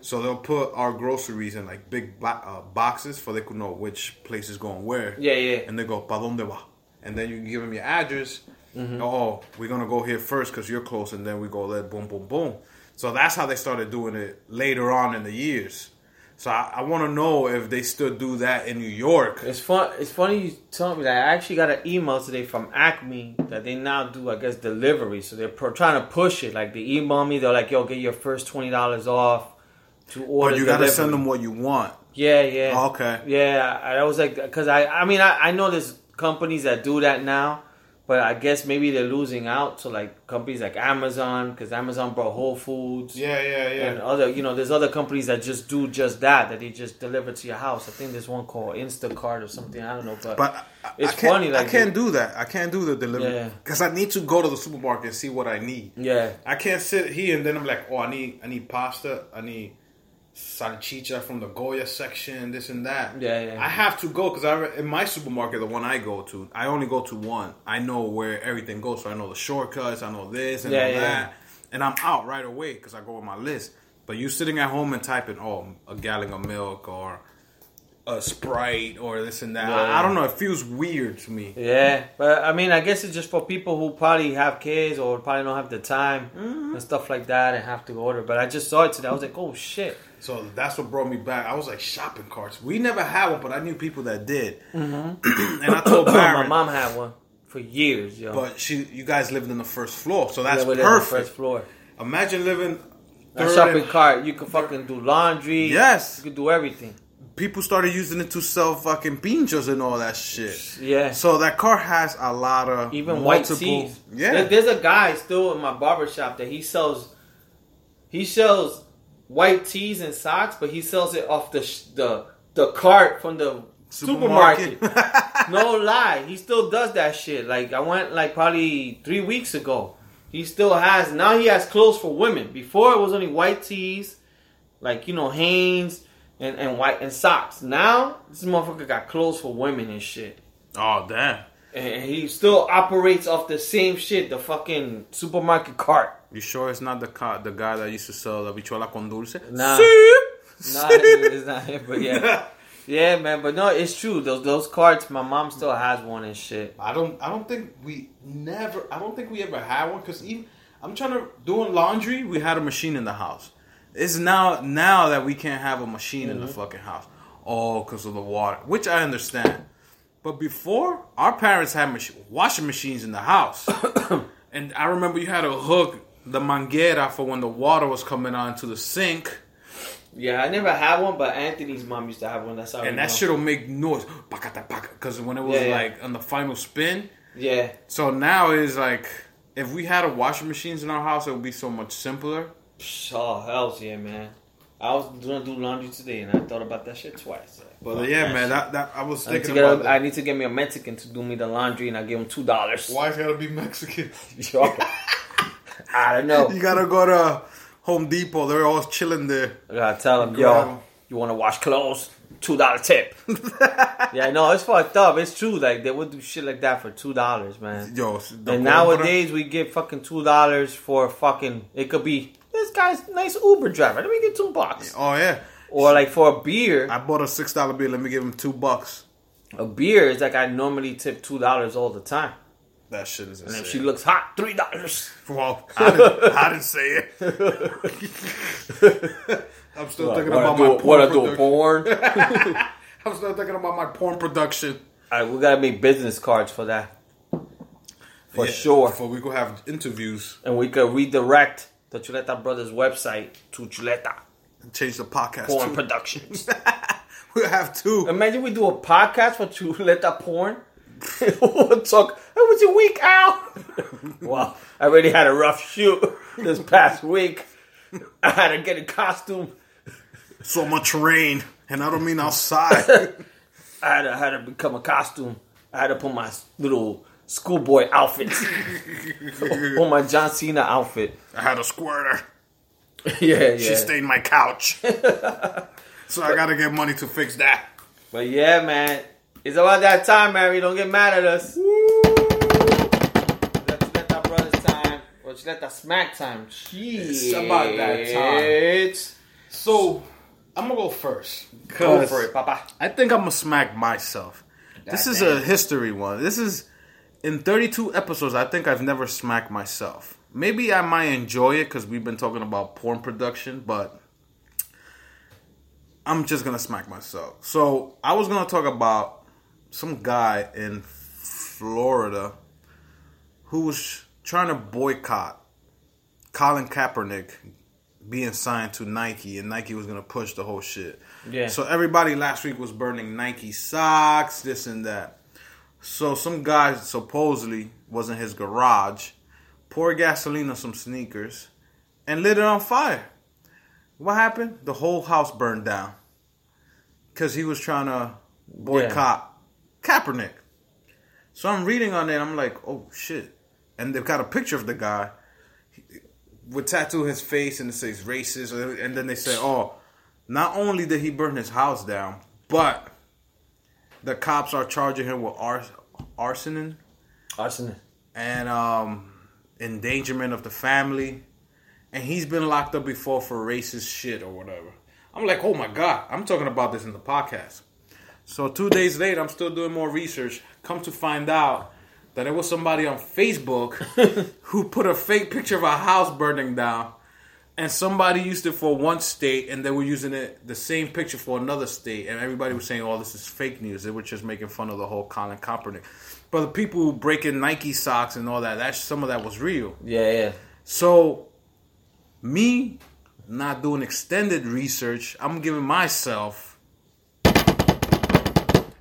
B: So they'll put our groceries in like big bo- uh, boxes for they could know which place is going where.
A: Yeah, yeah.
B: And they go pa donde va, and then you give them your address.
A: Mm-hmm.
B: Oh, we're gonna go here first because you're close, and then we go there. Boom, boom, boom. So that's how they started doing it later on in the years. So I, I want to know if they still do that in New York.
A: It's fun. It's funny you told me that. I actually got an email today from Acme that they now do, I guess, delivery. So they're pro- trying to push it. Like they email me, they're like, "Yo, get your first twenty dollars off to order."
B: But Oh, you gotta
A: delivery.
B: send them what you want.
A: Yeah, yeah.
B: Oh, okay.
A: Yeah, I I was like, because I, I mean, I, I know there's companies that do that now, but I guess maybe they're losing out to like companies like Amazon, because Amazon brought Whole Foods.
B: yeah,
A: And other, you know, there's other companies that just do just that, that they just deliver to your house. I think there's one called Instacart or something. I don't know, but,
B: But I,
A: It's
B: I can't,
A: funny, like,
B: I can't do that. I can't do the delivery
A: Yeah.
B: because I need to go to the supermarket and see what I need.
A: yeah,
B: I can't sit here and then I'm like, oh, I need I need pasta, I need salchicha from the Goya section, this and that.
A: Yeah, yeah.
B: I have to go because I re- in my supermarket, the one I go to, I only go to one. I know where everything goes, so I know the shortcuts, I know this and
A: Yeah,
B: all
A: yeah.
B: that, and I'm out right away because I go with my list. But you sitting at home and typing, oh, a gallon of milk or a sprite or this and that.
A: Yeah,
B: I, I
A: yeah.
B: don't know. It feels weird to me.
A: yeah. But I mean, I guess it's just for people who probably have kids or probably don't have the time
B: Mm-hmm.
A: and stuff like that and have to order. But I just saw it today. I was like, oh shit.
B: So that's what brought me back. I was like shopping carts. We never had one, but I knew people that did. and I told
A: Mm-hmm. My
B: Baron,
A: mom had one for years, yo.
B: but she, you guys lived on the first floor, so that's
A: Yeah, we live on the
B: perfect.
A: first floor.
B: Imagine living.
A: A
B: third
A: shopping
B: and-
A: cart. You can fucking do laundry.
B: Yes.
A: You can do everything.
B: People started using it to sell fucking pinchos and all that shit.
A: Yeah.
B: So that car has a lot of
A: Even
B: multiple,
A: white tees.
B: Yeah,
A: There- There's a guy still in my barber shop that he sells. He sells white tees and socks, but he sells it off the sh- the the cart from the supermarket. no lie, he still does that shit. Like I went like probably three weeks ago. He still has now. He has clothes for women. Before it was only white tees, like you know Hanes and and white and socks. Now this motherfucker got clothes for women and shit.
B: oh damn.
A: And and he still operates off the same shit, the fucking supermarket cart.
B: You sure it's not the car, the guy that used to sell the bichuela con dulce?
A: Nah.
B: Sí.
A: Nah, it's not him, but yeah. Yeah, man, but no, it's true. Those those cards, my mom still has one and shit.
C: I don't. I don't think we never. I don't think we ever had one because even I'm trying to doing laundry.
B: We had a machine in the house. It's now now that we can't have a machine in the
A: Mm-hmm.
B: fucking house. Oh, because of the water, which I understand. But before, our parents had mach- washing machines in the house, and I remember you had to hook the manguera for when the water was coming onto the sink,
A: Yeah, I never had one, but Anthony's mom used to have one. That's how.
B: and that shit'll make noise, because when it was
A: Yeah, yeah.
B: like on the final spin,
A: Yeah,
B: So now it's like if we had a washing machines in our house, it would be so much simpler.
A: Psh, oh hell yeah, man. I was gonna do laundry today, and I thought about that shit twice.
B: But yeah, man, that, that I was
A: I need, to
B: thinking
A: get
B: about
A: a, I
B: that.
A: need to get me a Mexican to do me the laundry, and I give him two dollars.
C: Why it gotta be Mexican?
A: I don't know.
B: You gotta go to Home Depot. They're all chilling there.
A: I gotta tell him,
B: Grab
A: yo,
B: 'em.
A: you want to wash clothes? Two dollar tip. yeah, no, it's fucked up. It's true. Like they would do shit like that for two dollars, man.
B: Yo, the
A: and
B: Cobra-
A: nowadays we get fucking two dollars for fucking. It could be this guy's nice Uber driver. Let me get two bucks.
B: Oh yeah,
A: Or like for a beer,
B: I bought a six dollar bill. Let me give him two bucks.
A: a beer is like I normally tip two dollars all the time.
B: That shit is insane.
A: And if she looks hot, three dollars.
B: well, I didn't, I didn't say it. I'm still thinking about my porn production.
A: porn? All
B: I'm still thinking about my porn production.
A: right, we gotta make business cards for that, for
B: Yeah,
A: sure.
B: For we could have interviews.
A: and we could redirect the Chuleta Brothers website to Chuleta
B: Change the podcast.
A: Porn
B: too.
A: Productions.
B: we have two.
C: Um,
A: Imagine we do a podcast for Chuleta Porn. we'll talk. How was your week, Al? well, I already had a rough shoot this past week. I had to get a costume.
B: so much rain, and I don't mean outside.
A: I had to, had to become a costume. I had to put my little schoolboy outfit on my John Cena outfit.
B: I had a squirter.
A: yeah, yeah.
B: She stained my couch. so I gotta get money to fix that.
A: But yeah, man, it's about that time, Mary. Don't get mad at us. Let's let that brother's time, or let's let that smack time. Jeez.
C: It's about that time. So I'm gonna go first.
A: Go for it, Papa.
B: I think I'm gonna smack myself. this is a history one. This is in 32 episodes. I think I've never smacked myself. Maybe I might enjoy it because we've been talking about porn production, but I'm just gonna smack myself. So I was gonna talk about some guy in Florida who was trying to boycott Colin Kaepernick being signed to Nike, and Nike was gonna push the whole shit.
A: Yeah.
B: So everybody last week was burning Nike socks, this and that. So some guy supposedly was in his garage, poured gasoline on some sneakers, and lit it on fire. What happened? The whole house burned down because he was trying to boycott Kaepernick. So I'm reading on it, and I'm like, oh shit. And they've got a picture of the guy He- with tattoo his face and it says racist. And then they say, oh, not only did he burn his house down, but the cops are charging him with ars- arsoning
A: Arsenal.
B: and um, endangerment of the family. And he's been locked up before for racist shit or whatever. I'm like, oh my God, I'm talking about this in the podcast. So two days later, I'm still doing more research. Come to find out that it was somebody on Facebook who put a fake picture of a house burning down. And somebody used it for one state, and they were using it the same picture for another state, and everybody was saying, "Oh, this is fake news." They were just making fun of the whole Colin Kaepernick. But the people breaking Nike socks and all that—that some of that was real.
A: Yeah, yeah.
B: So, me not doing extended research, I'm giving myself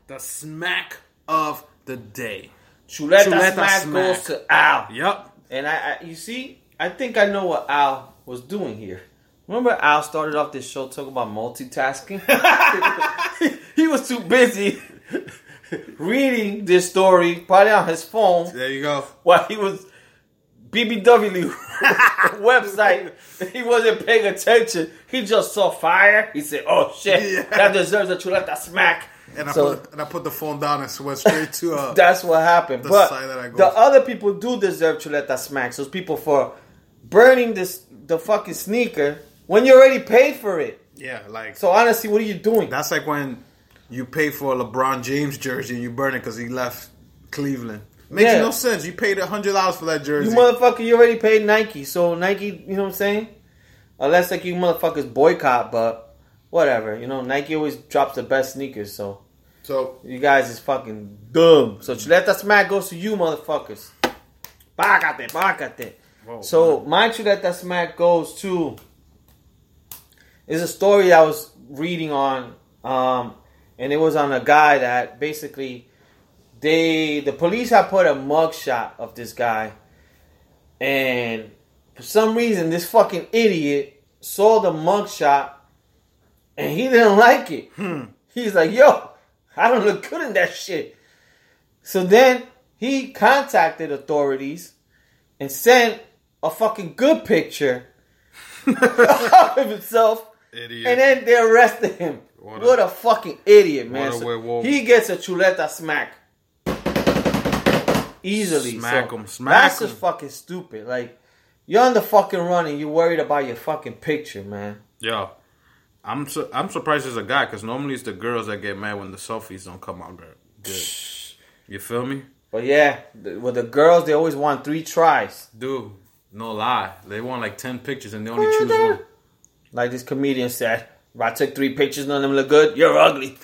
B: the smack of the day.
A: Chuleta,
B: Chuleta
A: smack,
B: smack.
A: goes to Al.
B: Yep.
A: And I, I, you see, I think I know what Al was doing here. Remember, Al started off this show talking about multitasking. he was too busy reading this story, probably on his phone.
B: There you go.
A: while he was BBW website. He wasn't paying attention. He just saw fire. He said, "Oh shit,
B: Yeah.
A: that deserves a chuleta smack."
B: And I,
A: so
B: put, and I put the phone down and went straight to uh,
A: that's what happened.
B: The
A: but
B: side that I go
A: the
B: for.
A: other people do deserve chuleta smacks. Those people for burning this the fucking sneaker when you already paid for it.
B: yeah, like
A: So honestly, what are you doing?
B: that's like when you pay for a LeBron James jersey and you burn it because he left Cleveland. Makes
A: Yeah.
B: no sense. You paid hundred dollars for that
A: You
B: jersey.
A: motherfucker, you already paid Nike, so Nike, you know what I'm saying? Unless like you motherfuckers boycott, but whatever. You know, Nike always drops the best sneakers, so
B: so
A: you guys is fucking dumb. So chuleta smack goes to you motherfuckers. Págate, págate. So my chuleta smack goes to is a story I was reading on, um, and it was on a guy that basically they the police had put a mugshot of this guy, and for some reason this fucking idiot saw the mugshot, and he didn't like it. He's like, yo, I don't look good in that shit. So then he contacted authorities and sent a fucking good picture of himself.
B: Idiot.
A: And then they arrested him. What
B: What
A: a,
B: a-
A: fucking idiot, man.
B: what a
A: So
B: werewolf.
A: he gets a chuleta smack. Easily.
B: Smack
A: so
B: 'em, smack
A: That's just
B: 'em.
A: fucking stupid. Like, you're on the fucking run and you're worried about your fucking picture, man.
B: yeah, I'm su- I'm surprised it's a guy because normally it's the girls that get mad when the selfies don't come out good. good. You feel me,
A: But yeah, the, with the girls, they always want three tries.
B: dude? No lie, they want like ten pictures and they only choose one.
A: Like this comedian said, if I took three pictures, none of them look good, you're ugly.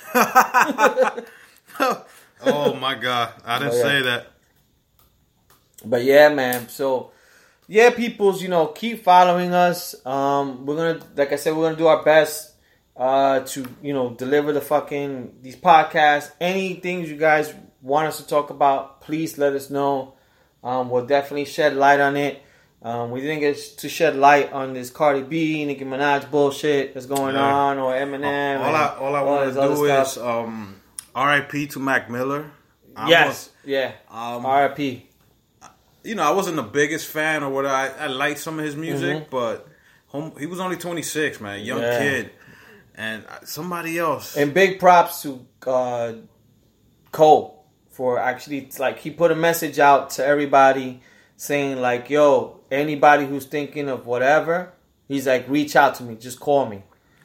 B: oh my god, I didn't
A: yeah.
B: say that.
A: But yeah, man. So yeah, peoples, you know, keep following us. Um, we're gonna, like I said, we're gonna do our best uh, to, you know, deliver the fucking these podcasts. Any things you guys want us to talk about, please let us know. Um, we'll definitely shed light on it. Um, we didn't get to shed light on this Cardi B, Nicki Minaj bullshit that's going
B: Yeah.
A: on, or Eminem.
B: all I all I want to do
A: is
B: is um, R.I.P. to Mac Miller. I
A: yes, yeah,
B: was- um,
A: R.I.P.
B: you know, I wasn't the biggest fan or whatever. I, I liked some of his music, but home, he was only 26, man, young
A: Mm-hmm. Yeah.
B: kid, and uh, somebody else.
A: And big props to uh, Cole for actually like he put a message out to everybody saying like, "Yo, anybody who's thinking of whatever, he's like, reach out to me, just call me."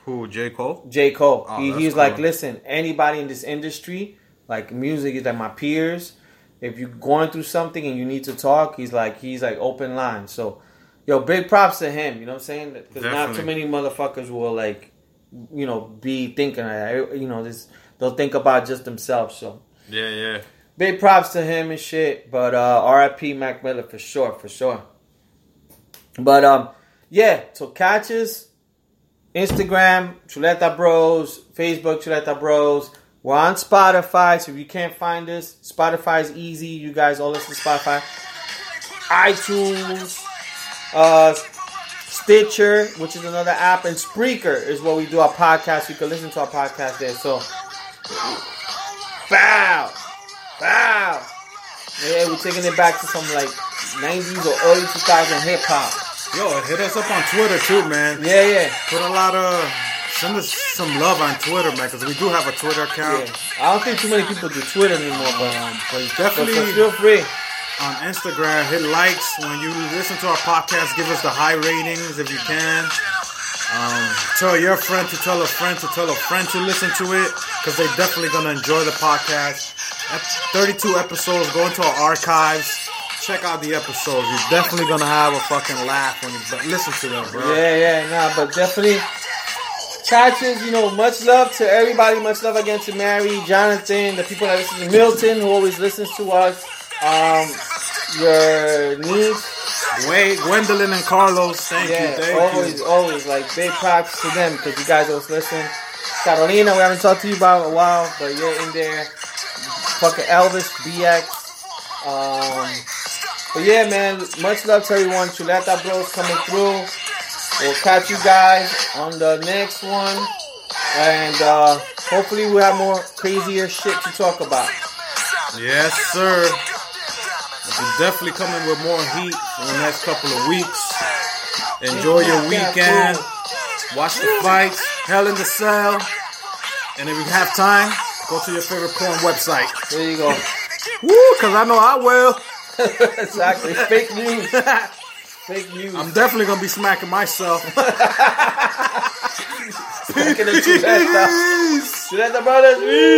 B: Who J Cole?
A: J. Cole.
B: Oh,
A: he,
B: that's
A: he's
B: cool.
A: like, listen, anybody in this industry, like music is like my peers. If you're going through something and you need to talk, he's like, he's like open line. So, yo, big props to him. You know what I'm saying? Because not
B: Definitely.
A: too many motherfuckers will like, you know, be thinking of that. You know, this they'll think about just themselves. So,
B: Yeah, yeah.
A: big props to him and shit. But uh, R.I.P. Mac Miller for sure, for sure. But um, yeah. So catch us, Instagram Chuleta Bros, Facebook Chuleta Bros. We're on Spotify, so if you can't find us, Spotify's easy. You guys all listen to Spotify, iTunes, uh, Stitcher, which is another app, and Spreaker is where we do our podcast. You can listen to our podcast there. So, bow, bow. Yeah, we're taking it back to some like 90s or early 2000 hip hop.
B: Yo, hit us up on Twitter too, man.
A: Yeah, yeah.
B: Put a lot of send us some love on Twitter, man, because we do have a Twitter account.
A: Yeah. I don't think too many people do Twitter anymore, but, um, but
B: definitely-
A: but feel free.
B: On Instagram, hit likes when you listen to our podcast. Give us the high ratings if you can. Um, tell your friend to tell a friend to tell a friend to listen to it because they're definitely going to enjoy the podcast. Ep- 32 episodes. Go into our archives. Check out the episodes. You're definitely going to have a fucking laugh when you but listen to them, bro.
A: Yeah, yeah, nah, but definitely. Catches, you know, much love to everybody. Much love again to Mary, Jonathan, the people that listen to Milton, who always listens to us. Um, your niece,
B: Wait, Gwendolyn and Carlos, thank
A: yeah,
B: you. Thank
A: always,
B: you.
A: always like big props to them because you guys always listen. Carolina, we haven't talked to you about a while, but you're in there. Fucking Elvis, BX, Um, but yeah, man, much love to everyone. Chuleta Bros coming through. We'll catch you guys on the next one. And uh, hopefully we'll have more crazier shit to talk about.
B: Yes, sir. We're definitely coming with more heat in the next couple of weeks. Enjoy your weekend. Watch the fights. Hell in the Cell. And if you have time, go to your favorite porn website.
A: There you go.
B: Woo, because I know I will.
A: exactly. Fake news. Fake news.
B: I'm definitely going to be smacking myself.
A: Back in the Chuleta.
B: Peace.
A: Chuleta Brothers. peace.